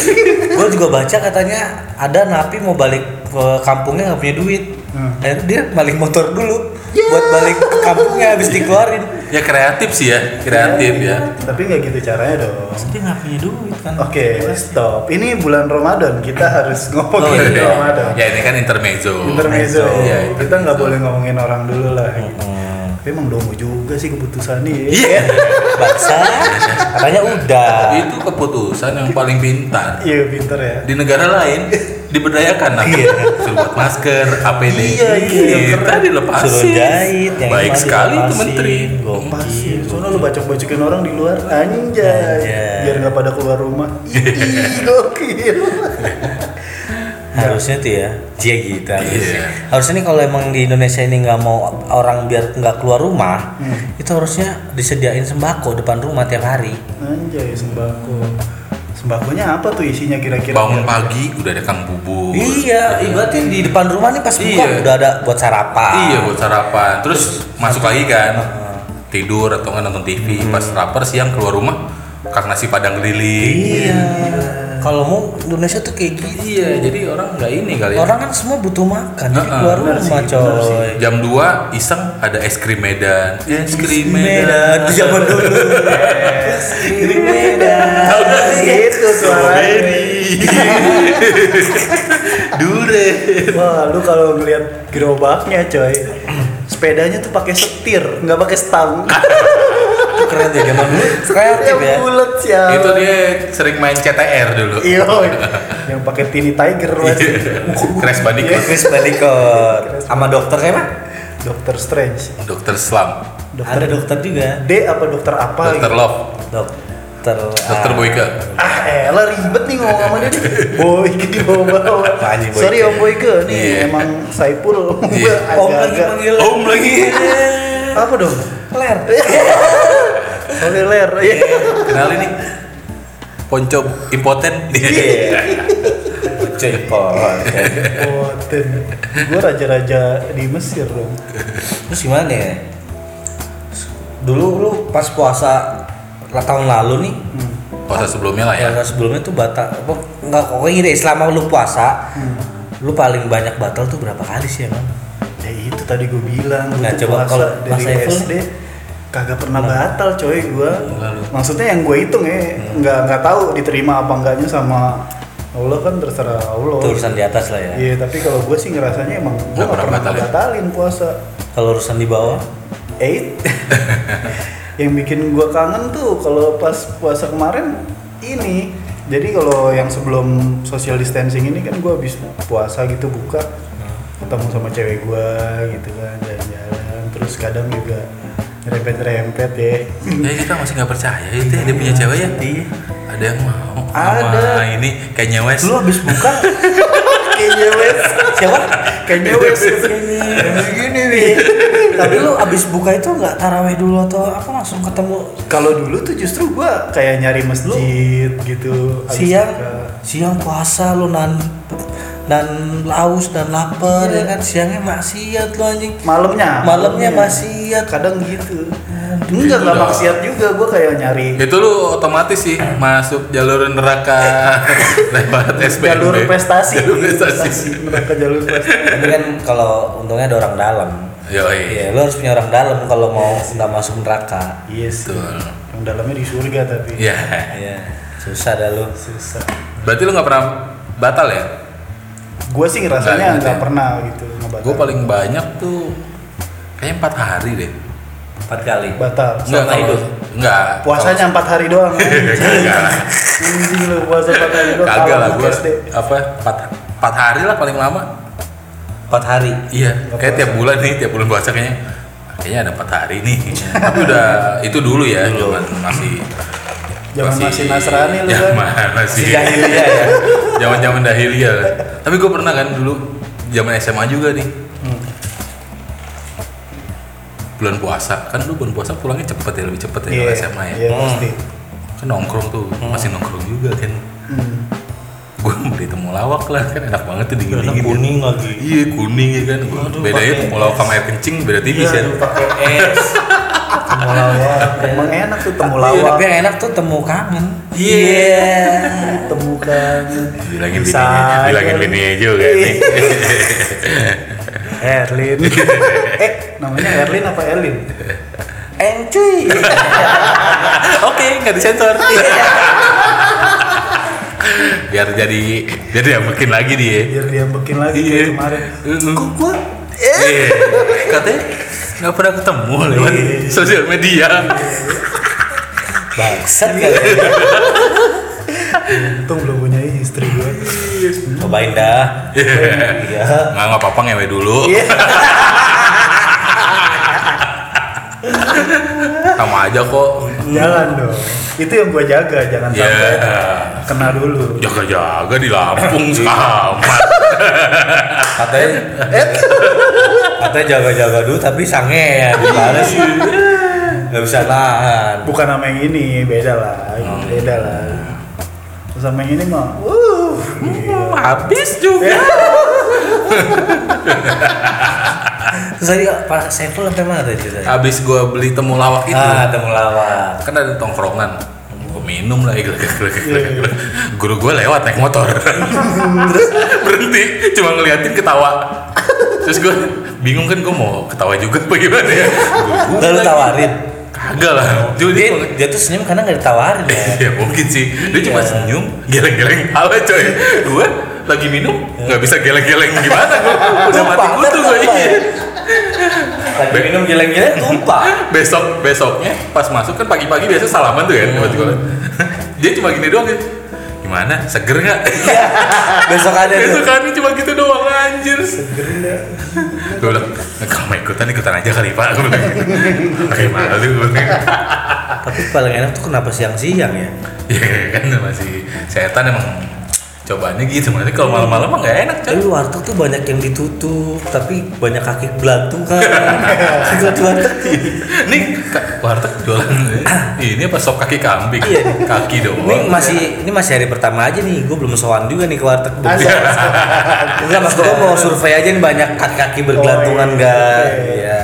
Gue juga baca katanya ada napi mau balik ke kampungnya nggak punya duit Hmm. Ya. Akhirnya dia balik motor dulu Buat balik ke kampungnya habis dikeluarin ya kreatif sih ya kreatif ya Tapi nggak gitu caranya dong. Dia nggak punya duit kan Oke, stop. Ini bulan Ramadan, kita harus Oh, ngomongin (laughs) iya. Ramadan. ya ini kan intermezzo Intermezzo. Iya, kita nggak intermezzo. boleh ngomongin orang dulu lah. Hmm, Tapi emang dongo juga sih keputusannya. ya. Iya. Baksa katanya udah itu keputusan yang paling pintar (laughs) Iya, pinter ya. di negara lain diberdayakan nanti Iya. suruh buat masker APD Iya, iya, Kita keren. dilepasin Suruh jahit, yang baik ini sekali itu dilepasin. menteri Gokil. Pasti, soalnya lu bacok-bacokin orang di luar anjay, Anjay. biar nggak pada keluar rumah. Ih, gokil. harusnya tuh ya dia gitu harusnya. Iya. harusnya nih kalau emang di Indonesia ini nggak mau orang biar nggak keluar rumah itu harusnya disediain sembako depan rumah tiap hari Anjay, sembako. Sembakonya apa tuh isinya kira-kira? Ya? bangun pagi udah ada kang bubur gitu. iya ibaratnya di depan rumah nih pas buka Iya. udah ada buat sarapan Iya buat sarapan. Terus masuk lagi kan tidur atau nggak nonton TV Hmm. pas lapar siang keluar rumah kak nasi padang keliling. iya kalau mau Indonesia tuh kayak gini Iya jadi orang nggak ini kali ya. orang kan semua butuh makan jadi Heeh. keluar Benar rumah sih, benar sih. coy Jam 2 iseng ada es krim Medan. Es krim Medan Medan. di zaman dulu (laughs) Di Medan Gitu suaranya. Dure. Wah, lu kalau ngeliat gerobaknya, coy. Sepedanya tuh pakai setir, nggak pakai stang. Ah, Itu keren ya zaman dulu kreatif yang ya bulat sih. iya. Itu dia sering main CTR dulu. Iya, yang pakai tini tiger Iya. pasti. Crash Iya. Bandicoot. Chris Balikot sama dokter siapa? Dokter Strange. Dokter Slam. Dokter Ada dokter juga. D apa dokter apa Dokter gitu. Love. Dokter Dokter ah, Boyke. Ah, elah ribet nih ngomong sama dia. nih. Boyke di bawah. Apaan nih, Boyke? Sorry Om Boyke nih Iya. emang Saipul. Iya. Om lagi (laughs) Agak-agak. manggil. Om lagi. Apa dong? Ler. Sorry Ler. Iya. Kenalin nih. Ponco impoten. Iya. Cepot. Poten. Gue raja-raja di Mesir dong. Terus gimana ya? Dulu lu pas puasa tahun lalu nih Puasa sebelumnya lah ya. Puasa sebelumnya tuh batal apa enggak pokoknya gini deh, selama lu puasa Hmm. lu paling banyak batal tuh berapa kali sih emang Ya itu tadi gue bilang gue Nah, tuh coba puasa kalau Mas dari Saiful? SD kagak pernah batal coy gue. Maksudnya yang gue hitung ya nggak nggak tahu diterima apa enggaknya sama Allah kan terserah Allah. itu urusan di atas lah ya Iya tapi kalau gue sih ngerasanya emang gue Nggak nggak pernah pernah batalin. batalin puasa. kalau urusan di bawah Eight. (laughs) yang bikin gue kangen tuh kalau pas puasa kemarin ini. Jadi kalau yang sebelum social distancing ini kan gue habis puasa gitu buka Hmm. ketemu sama cewek gue gitu kan jalan-jalan terus kadang juga rempet-rempet ya Ya kita masih nggak percaya itu ya, dia punya cewek ya. Ada yang mau sama Ada. ini kayaknya wes. lu habis buka kayaknya wes siapa kayaknya wes gini nih Iya. tapi lu abis buka itu nggak taraweh dulu atau apa langsung ketemu kalau dulu tuh justru gue kayak nyari masjid gitu habis siang buka. siang puasa lu nan dan laus dan lapar ya kan siangnya maksiat lu anjing malamnya malamnya Iya. maksiat kadang gitu enggak Gitu nggak dah. maksiat juga gue kayak nyari Itu lu otomatis sih masuk jalur (laughs) neraka lewat SPMB. jalur prestasi Jalur prestasi. mereka jalur prestasi tapi kan kalau untungnya ada orang dalam Yoi. ya lu harus punya orang dalam kalau mau nggak masuk neraka iya sih Betul. yang dalamnya di surga tapi Ya. ya susah dah lu susah Berarti lu nggak pernah batal ya? gue sih Nggak ngerasanya gitu nggak ya. pernah gitu ngebatal. Gue paling banyak tuh kayaknya empat hari deh. empat kali batal Nggak. Selama kalau- hidup? Nggak. puasanya empat hari doang (laughs) Kagak lah. anjing lu puasa empat hari doang Kagak lah Alam gue. SD. Apa? Empat, empat hari lah paling lama. empat hari Iya, Nggak kayak puasa. tiap bulan nih, tiap bulan puasa kayaknya kayaknya ada empat hari (laughs) nih. Tapi udah itu dulu ya, zaman masih Zaman masih Nasrani lu kan? Zaman masih si jahiliyah ya zaman zaman dahiliyah. lah. Tapi gue pernah kan dulu zaman SMA juga nih. Hmm, Bulan puasa, kan lu bulan puasa pulangnya cepet ya, lebih cepet ya iya kalau SMA ya. iya Hmm. pasti Kan nongkrong tuh, masih nongkrong juga kan. Hmm. Gue beli temulawak lah, kan enak banget tuh dingin dingin. kuning lagi Iya kuning ya kan. Gua- Aduh, bedanya pakai temulawak sama air kencing beda Iya, tipis ya. pakai es temulawak emang enak tuh temulawak Iya, tapi yang enak tuh temu kangen Iya. temukan Bilangin Bisa bininya, aja. bilangin bininya juga Iya. nih. (laughs) Erlin eh namanya Erlin apa Erlin Eh, (laughs) encuy Oke, nggak disensor. Iya. Biar jadi jadi ya makin lagi dia. biar diambekin lagi Iya. kayak kemarin Kok gua Iya. Katanya nggak pernah ketemu lewat Iya. sosial media. bangsat kali untung belum punya istri gue Iya. cobain dah iya Nggak nggak apa-apa ngewe dulu. Sama aja kok. Jalan dong. Itu yang gua jaga, jangan Iya. Ya. sampai kena dulu. Jaga-jaga di Lampung sekamat. katanya eh. katanya jaga-jaga dulu tapi sange ya dibales nggak bisa nahan Bukan sama yang ini, beda lah. Oh. Beda lah. Sama yang ini mah, wuh. gila. Habis juga. terus tadi pak Saiful sampai mana tadi ceritanya Habis gua beli temulawak itu. ah temulawak kan ada tongkrongan gue minum lah gila guru gue lewat naik motor terus berhenti cuma ngeliatin ketawa terus gue bingung kan gue mau ketawa juga apa gimana ya Guru gua lalu lagi. tawarin kagak lah dia, dia dia, cuma- dia tuh senyum karena nggak ditawarin ya (laughs) ya mungkin sih dia cuma Iya. senyum geleng-geleng kepala coy gue lagi minum nggak bisa geleng-geleng gimana gue udah mati Tumpah, kutu gue tumpah. iya lagi minum geleng-geleng tumpah besok besoknya pas masuk kan pagi-pagi biasa salaman tuh kan buat sekolah. dia cuma gini doang ya gimana seger nggak Iya, besok ada tuh besokannya cuma gitu doang anjir seger nggak gue bilang "Eh, kalau mau ikutan ikutan aja kali pak gue bilang gitu. pakai malu gue bilang. gitu. tapi paling enak tuh kenapa siang-siang ya ya kan masih setan emang cobaannya gitu makanya kalau malam-malam mah nggak enak coy Tapi warteg tuh banyak yang ditutup, tapi banyak kaki belantungan. (laughs) Kaki belantungan. ini ka- warteg jualan ini apa sop kaki kambing kaki Iya. Ini doang masih ini masih hari pertama aja nih, gue belum sowan juga nih ke warteg. Asal- (laughs) Enggak, maksud gue mau survei aja nih banyak kaki-kaki bergelantungan Oh, iya. enggak. Oke. Iya,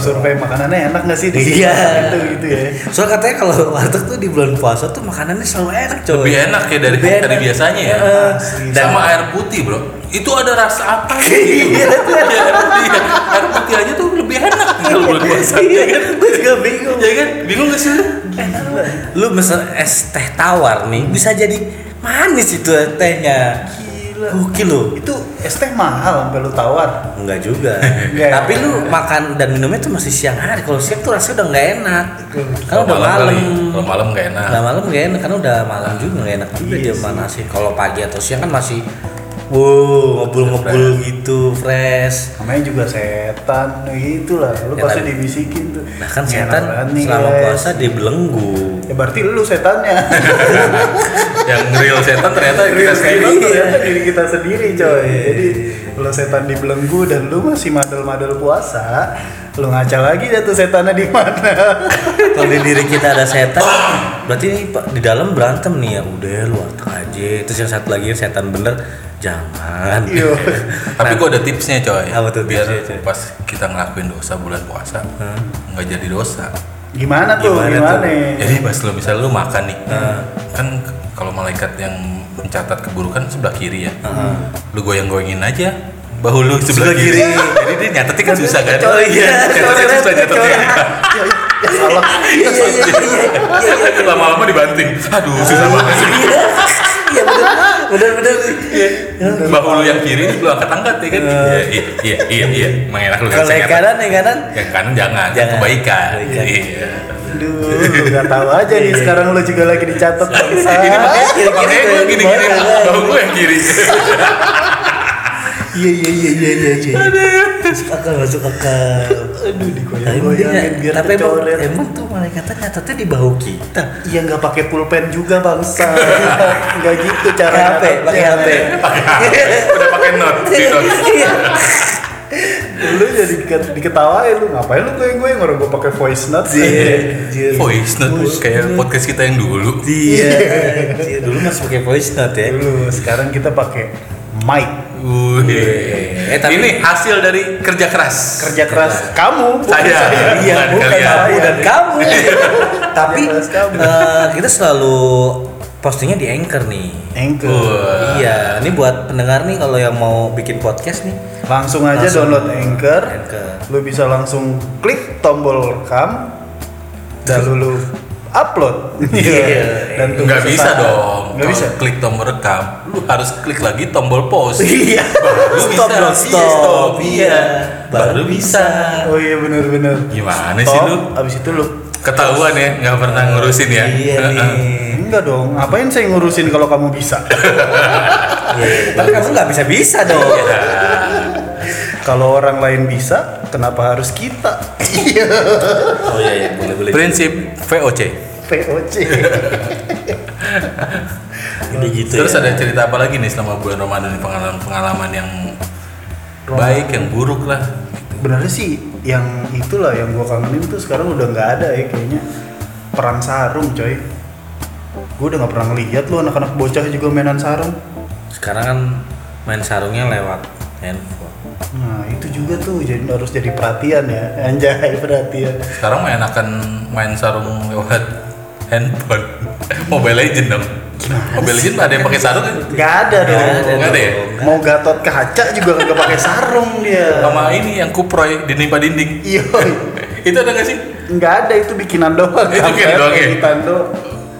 survei. survei makanannya enak nggak sih di sini? Iya. Gitu gitu ya. Soal katanya kalau warteg tuh di bulan puasa tuh makanannya selalu enak, coy. lebih enak ya dari Lebih dari enak. biasanya ya Heeh. Dan- sama air putih bro itu ada rasa apa Iya. Iya, iya. air putih aja tuh lebih enak kalau bulan puasa (laughs) Iya, ya kan gue juga bingung. ya kan bingung gak sih lu (laughs) Lu mesen es teh tawar nih, bisa jadi manis itu tehnya. Gila. Gokil loh. Itu es teh mahal sampai lu tawar. Enggak juga. (laughs) Enggak ya? Tapi lu makan dan minumnya tuh masih siang hari. Kalau siang tuh rasanya udah nggak enak. Karena udah malam. kali. kalau malam gak enak Udah malam nggak enak karena udah malam juga nggak enak juga Iya dia mana sih. Kalau pagi atau siang kan masih wow ngebul-ngebul gitu fresh. Namanya juga setan gitu lah. Lu Ya, pasti tapi- dibisikin tuh. Nah kan Enak banget setan nih, selama guys. puasa dibelenggu. Ya berarti lu (laughs) setannya. yang real setan ternyata kita Iya, Real sendiri setan ternyata gitu, ya, diri kita sendiri coy. Jadi lu setan dibelenggu dan lu masih madel-madel puasa, lu ngaca lagi dah tuh setannya di (laughs) mana. Kalau di diri kita ada setan, berarti ini Pak, di dalam berantem nih ya. Udah luar aja. Terus yang satu lagi setan bener jangan. (laughs) Nah, Yo. tapi gua ada tipsnya coy Apa tuh biar tipsnya, coy? pas kita ngelakuin dosa bulan puasa nggak jadi dosa Gimana tuh? Gimana Gimana? tuh? Eh. Jadi pas lo misalnya lo makan nih, kan k- kalau malaikat yang mencatat keburukan sebelah kiri ya, lu goyang-goyangin aja bahu lu sebelah, Sebelah kiri. kiri. Jadi dia nyatetnya kan susah kan? Oh iya. nyatetnya susah nyatetnya. (laughs) Ya, ya salah. Iya iya iya iya. iya, iya. Lama-lama dibanting, aduh susah banget. sih. Iya benar benar benar. Bahu lu yang kiri lu angkat-angkat ya kan? Iya iya iya iya, iya, emang enak lu kan Kalau yang nyatet. kanan yang kanan Yang kanan jangan, kan Jangan. kebaikan. Kebaikan. Iya. Aduh, lu nggak tahu aja Iya, nih sekarang lu juga lagi dicatat bangsa. Ini makanya kiri-kiri tuh makanya gue yang gini-gini, kebaikan. bahu gue yang kiri. Iya iya iya iya iya. iya. masuk akal masuk akal. Aduh Tapi mungkin ya, digoyang-goyangin biar tapi emang, tercoret. emang tuh malaikatnya nyatetnya di bahu kita. Iya nggak pakai pulpen juga bangsa. (laughs) Nggak gitu cara Pakai HP, nyatetnya. pakai HP. (laughs) Udah pakai not, di not. Iya. Lu jadi diket- diketawain lu ngapain lu gue gue orang gue pakai voice note. (laughs) Iya. voice note Voice kayak note. podcast kita yang dulu Iya. anjir. Dulu masih pakai voice note ya. Dulu sekarang kita pakai mic. Wih. Eh, tapi- ini hasil dari kerja keras Kerja keras kamu. bukan Saya. Iya, Bukan bukan kalian. aku dan kamu. Tapi Bukan Iya, kamu. eh, kita selalu postingnya di Anchor nih. Anchor. Wah. Iya, ini buat pendengar nih kalau yang mau bikin podcast nih. Langsung aja Langsung. download Anchor. Anchor. Lu bisa langsung klik tombol rekam dan lu, lu upload. Iya. (laughs) Dan tunggu nggak bisa sesaat. dong Nggak Kalau bisa. klik tombol rekam lu harus klik lagi tombol (laughs) pause Iya. Baru Stop bisa. dong, Iya, stop. stop. Iya. Baru Baru bisa. Oh iya benar-benar. Gimana sih lu? Abis itu lu Ketahuan ya, nggak pernah ngurusin ya. Iya nih. Enggak dong, ngapain saya ngurusin kalau kamu bisa? Tapi kamu nggak Iya, bisa Iya. bisa dong. Kalau orang lain bisa, kenapa harus kita? (laughs) Oh iya iya boleh boleh. Prinsip VOC. POC. Jadi gitu. Terus ya. ada cerita apa lagi nih selama bulan Ramadan nih, pengalaman-pengalaman yang baik, yang buruk lah. Benernya sih yang itulah yang gua kangenin tuh sekarang udah nggak ada ya kayaknya. Perang sarung, coy. Gua udah nggak pernah ngeliat lu anak-anak bocah juga mainan sarung. Sekarang kan main sarungnya lewat handphone. Nah, itu juga tuh jadi harus jadi perhatian ya. Anjay, perhatian. Sekarang main akan main sarung lewat (laughs) handphone. Mobile Legend dong. Mobile Legend ada yang pakai sarung kan? Gak ada dong. Nggak ada Nggak ada ya? dong. Mau gatot kaca juga kagak pakai sarung dia. Sama ini yang kuproy dinding pak dinding. (laughs) Iya. Itu ada nggak sih? Nggak ada itu bikinan doang. Itu bikinan doang ya? Bikinan doang.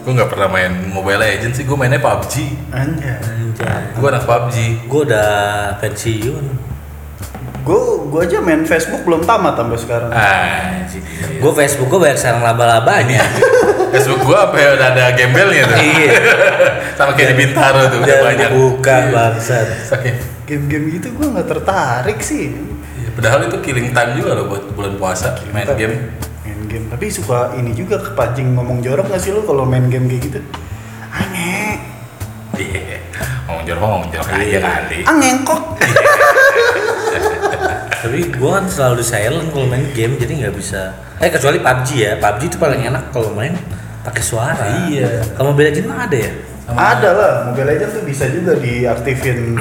Gue nggak pernah main Mobile Legend sih. Gue mainnya PUBG. Anjay. Anjay. Gue anak PUBG. Gue udah pensiun. Gue gue aja main Facebook belum tamat sampai sekarang. Ah, sih. Gue Facebook gue banyak sarang (laughs) laba-labanya. Facebook gue apa ya udah ada gembelnya tuh. Iya. Sama kayak di Bintaro tuh udah Dan banyak. Buka Iya. bangsat. Saking. Game-game gitu gue nggak tertarik sih. Iya, Padahal itu killing time juga loh buat bulan puasa main Tapi- game. Main game. Tapi suka ini juga kepancing ngomong jorok nggak sih lu kalau main game kayak gitu? Aneh. Iya. Ngomong jorok ngomong jorok aja kali. Angengkok. Tapi gue kan selalu silent kalau main game jadi nggak bisa. Eh kecuali PUBG ya. PUBG itu paling enak kalau main pakai suara. Iya. Kalau beda jenis ada ya. Sama- Ada lah, Mobile Legends tuh bisa juga (clears throat) diaktifin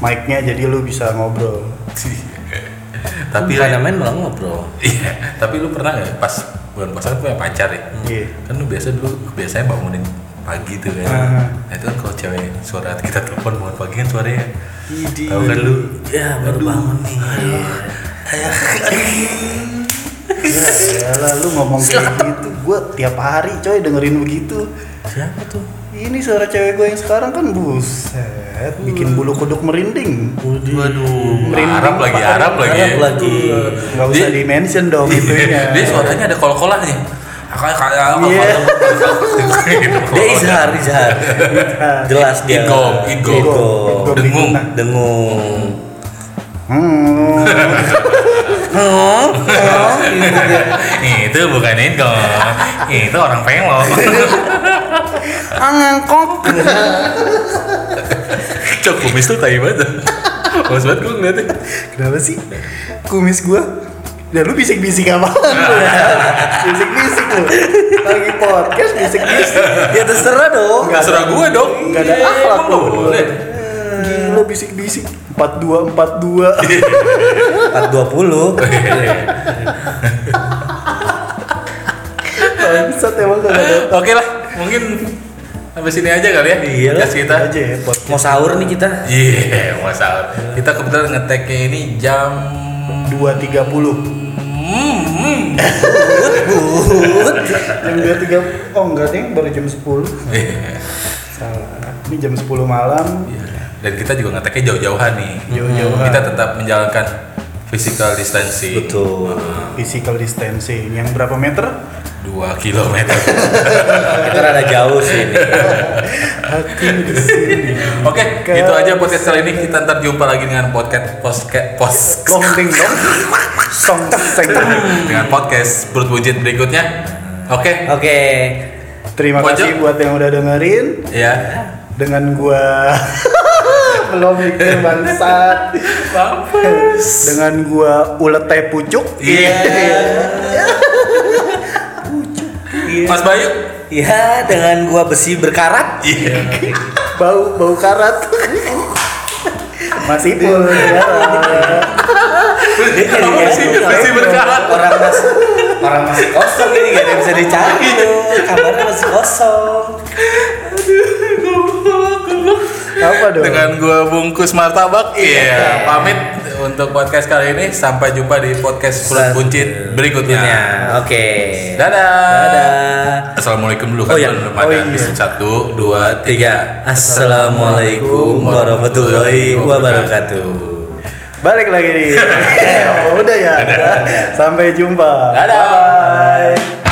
mic-nya jadi lu bisa ngobrol. Tapi karena main malah ngobrol. Iya. Tapi lu pernah nggak pas bulan puasa kan punya pacar ya? Iya. Kan lu biasa dulu biasanya bangunin pagi tuh kan. Ah. Nah itu kan kalau cewek suara kita telepon bangun pagi kan suaranya. Idi. Tahu kan lu? Ya baru bangun nih. Ya lah lu ngomong kayak gitu, gua tiap hari coy dengerin begitu. Siapa tuh? Ini suara cewek gue yang sekarang kan buset, bikin bulu kuduk merinding. Waduh, Merinding Hmm. Nah, Arab lagi, banget. Arab lagi. Arab ya. lagi. Gak usah Dia- di mention dong itunya. (laughs) Oh, iya. Dia suaranya ada kol-kolahnya. Kayak kayak apa? ya. gitu. Iya. Dia Izhar, Izhar. (laughs) Jelas dia. Igom, igom. Igom. Igom. Iya. Dengung. Dengung. Hmm. itu bukan igom. itu orang pelok. Angengkok. Cok kumis tuh tai banget. Mas banget gue ngeliatnya. (laughs) Kenapa sih? Kumis gua Ya lu bisik-bisik (laughs) apa? bisik-bisik lu. Lagi podcast bisik-bisik. Ya terserah dong. Oh, Nggak ada- Serah gue dong. nggak ada Iya, akhlak emang lu. nggak boleh. Gila bisik-bisik. 42 (laughs) 42. 420. Bangsat emang gak ada. Oke lah, mungkin sampai sini aja kali ya. Iya lah. Podcast kita. aja ya podcast. Mau sahur nih kita. Iya, masalah. Kita kebetulan ngeteknya ini jam 2.30. Hmm. Jam 2.30. Oh enggak deh, baru jam 10. Iya. Salah. Ini jam 10 malam. Dan kita juga ngeteknya jauh-jauhan nih. Jauh-jauhan. Kita tetap menjalankan physical distancing Betul. Physical distancing yang berapa (laughs) meter? 2 kilometer. Kita rada jauh sih ini. Aku di sini. Oke, itu aja podcast kali ini. Kita ntar jumpa lagi dengan podcast podcast podcast Long ding dong. Song seng. dengan podcast Brut Wujud berikutnya. Oke. Oke. Terima Pojok. kasih buat yang udah dengerin. Ya. dengan gua (laughs) belum mikir bangsat dengan gua ulet teh pucuk Iya. Mas Bayu. Ya dengan gua besi berkarat. Iya. bau bau karat masih pun Iya. Dia jadi Kamu Iya. masih kayak masih Iya. berkarat. Iya. orang masih orang masih kosong ini gak ada yang bisa dicari tuh. Kamarnya masih kosong. apa dong Dengan gua bungkus martabak. Iya. Pamit untuk podcast kali ini. Sampai jumpa di podcast Brut Ya, Buncit berikutnya. oke. Dadah. Dadah. Assalamualaikum dulu Oh kan iya. belum ada. Oh iya. Satu, dua, tiga. Assalamualaikum warahmatullahi wabarakatuh. balik (laughs) lagi nih udah ya sampai jumpa Iya. Dadah. Bye.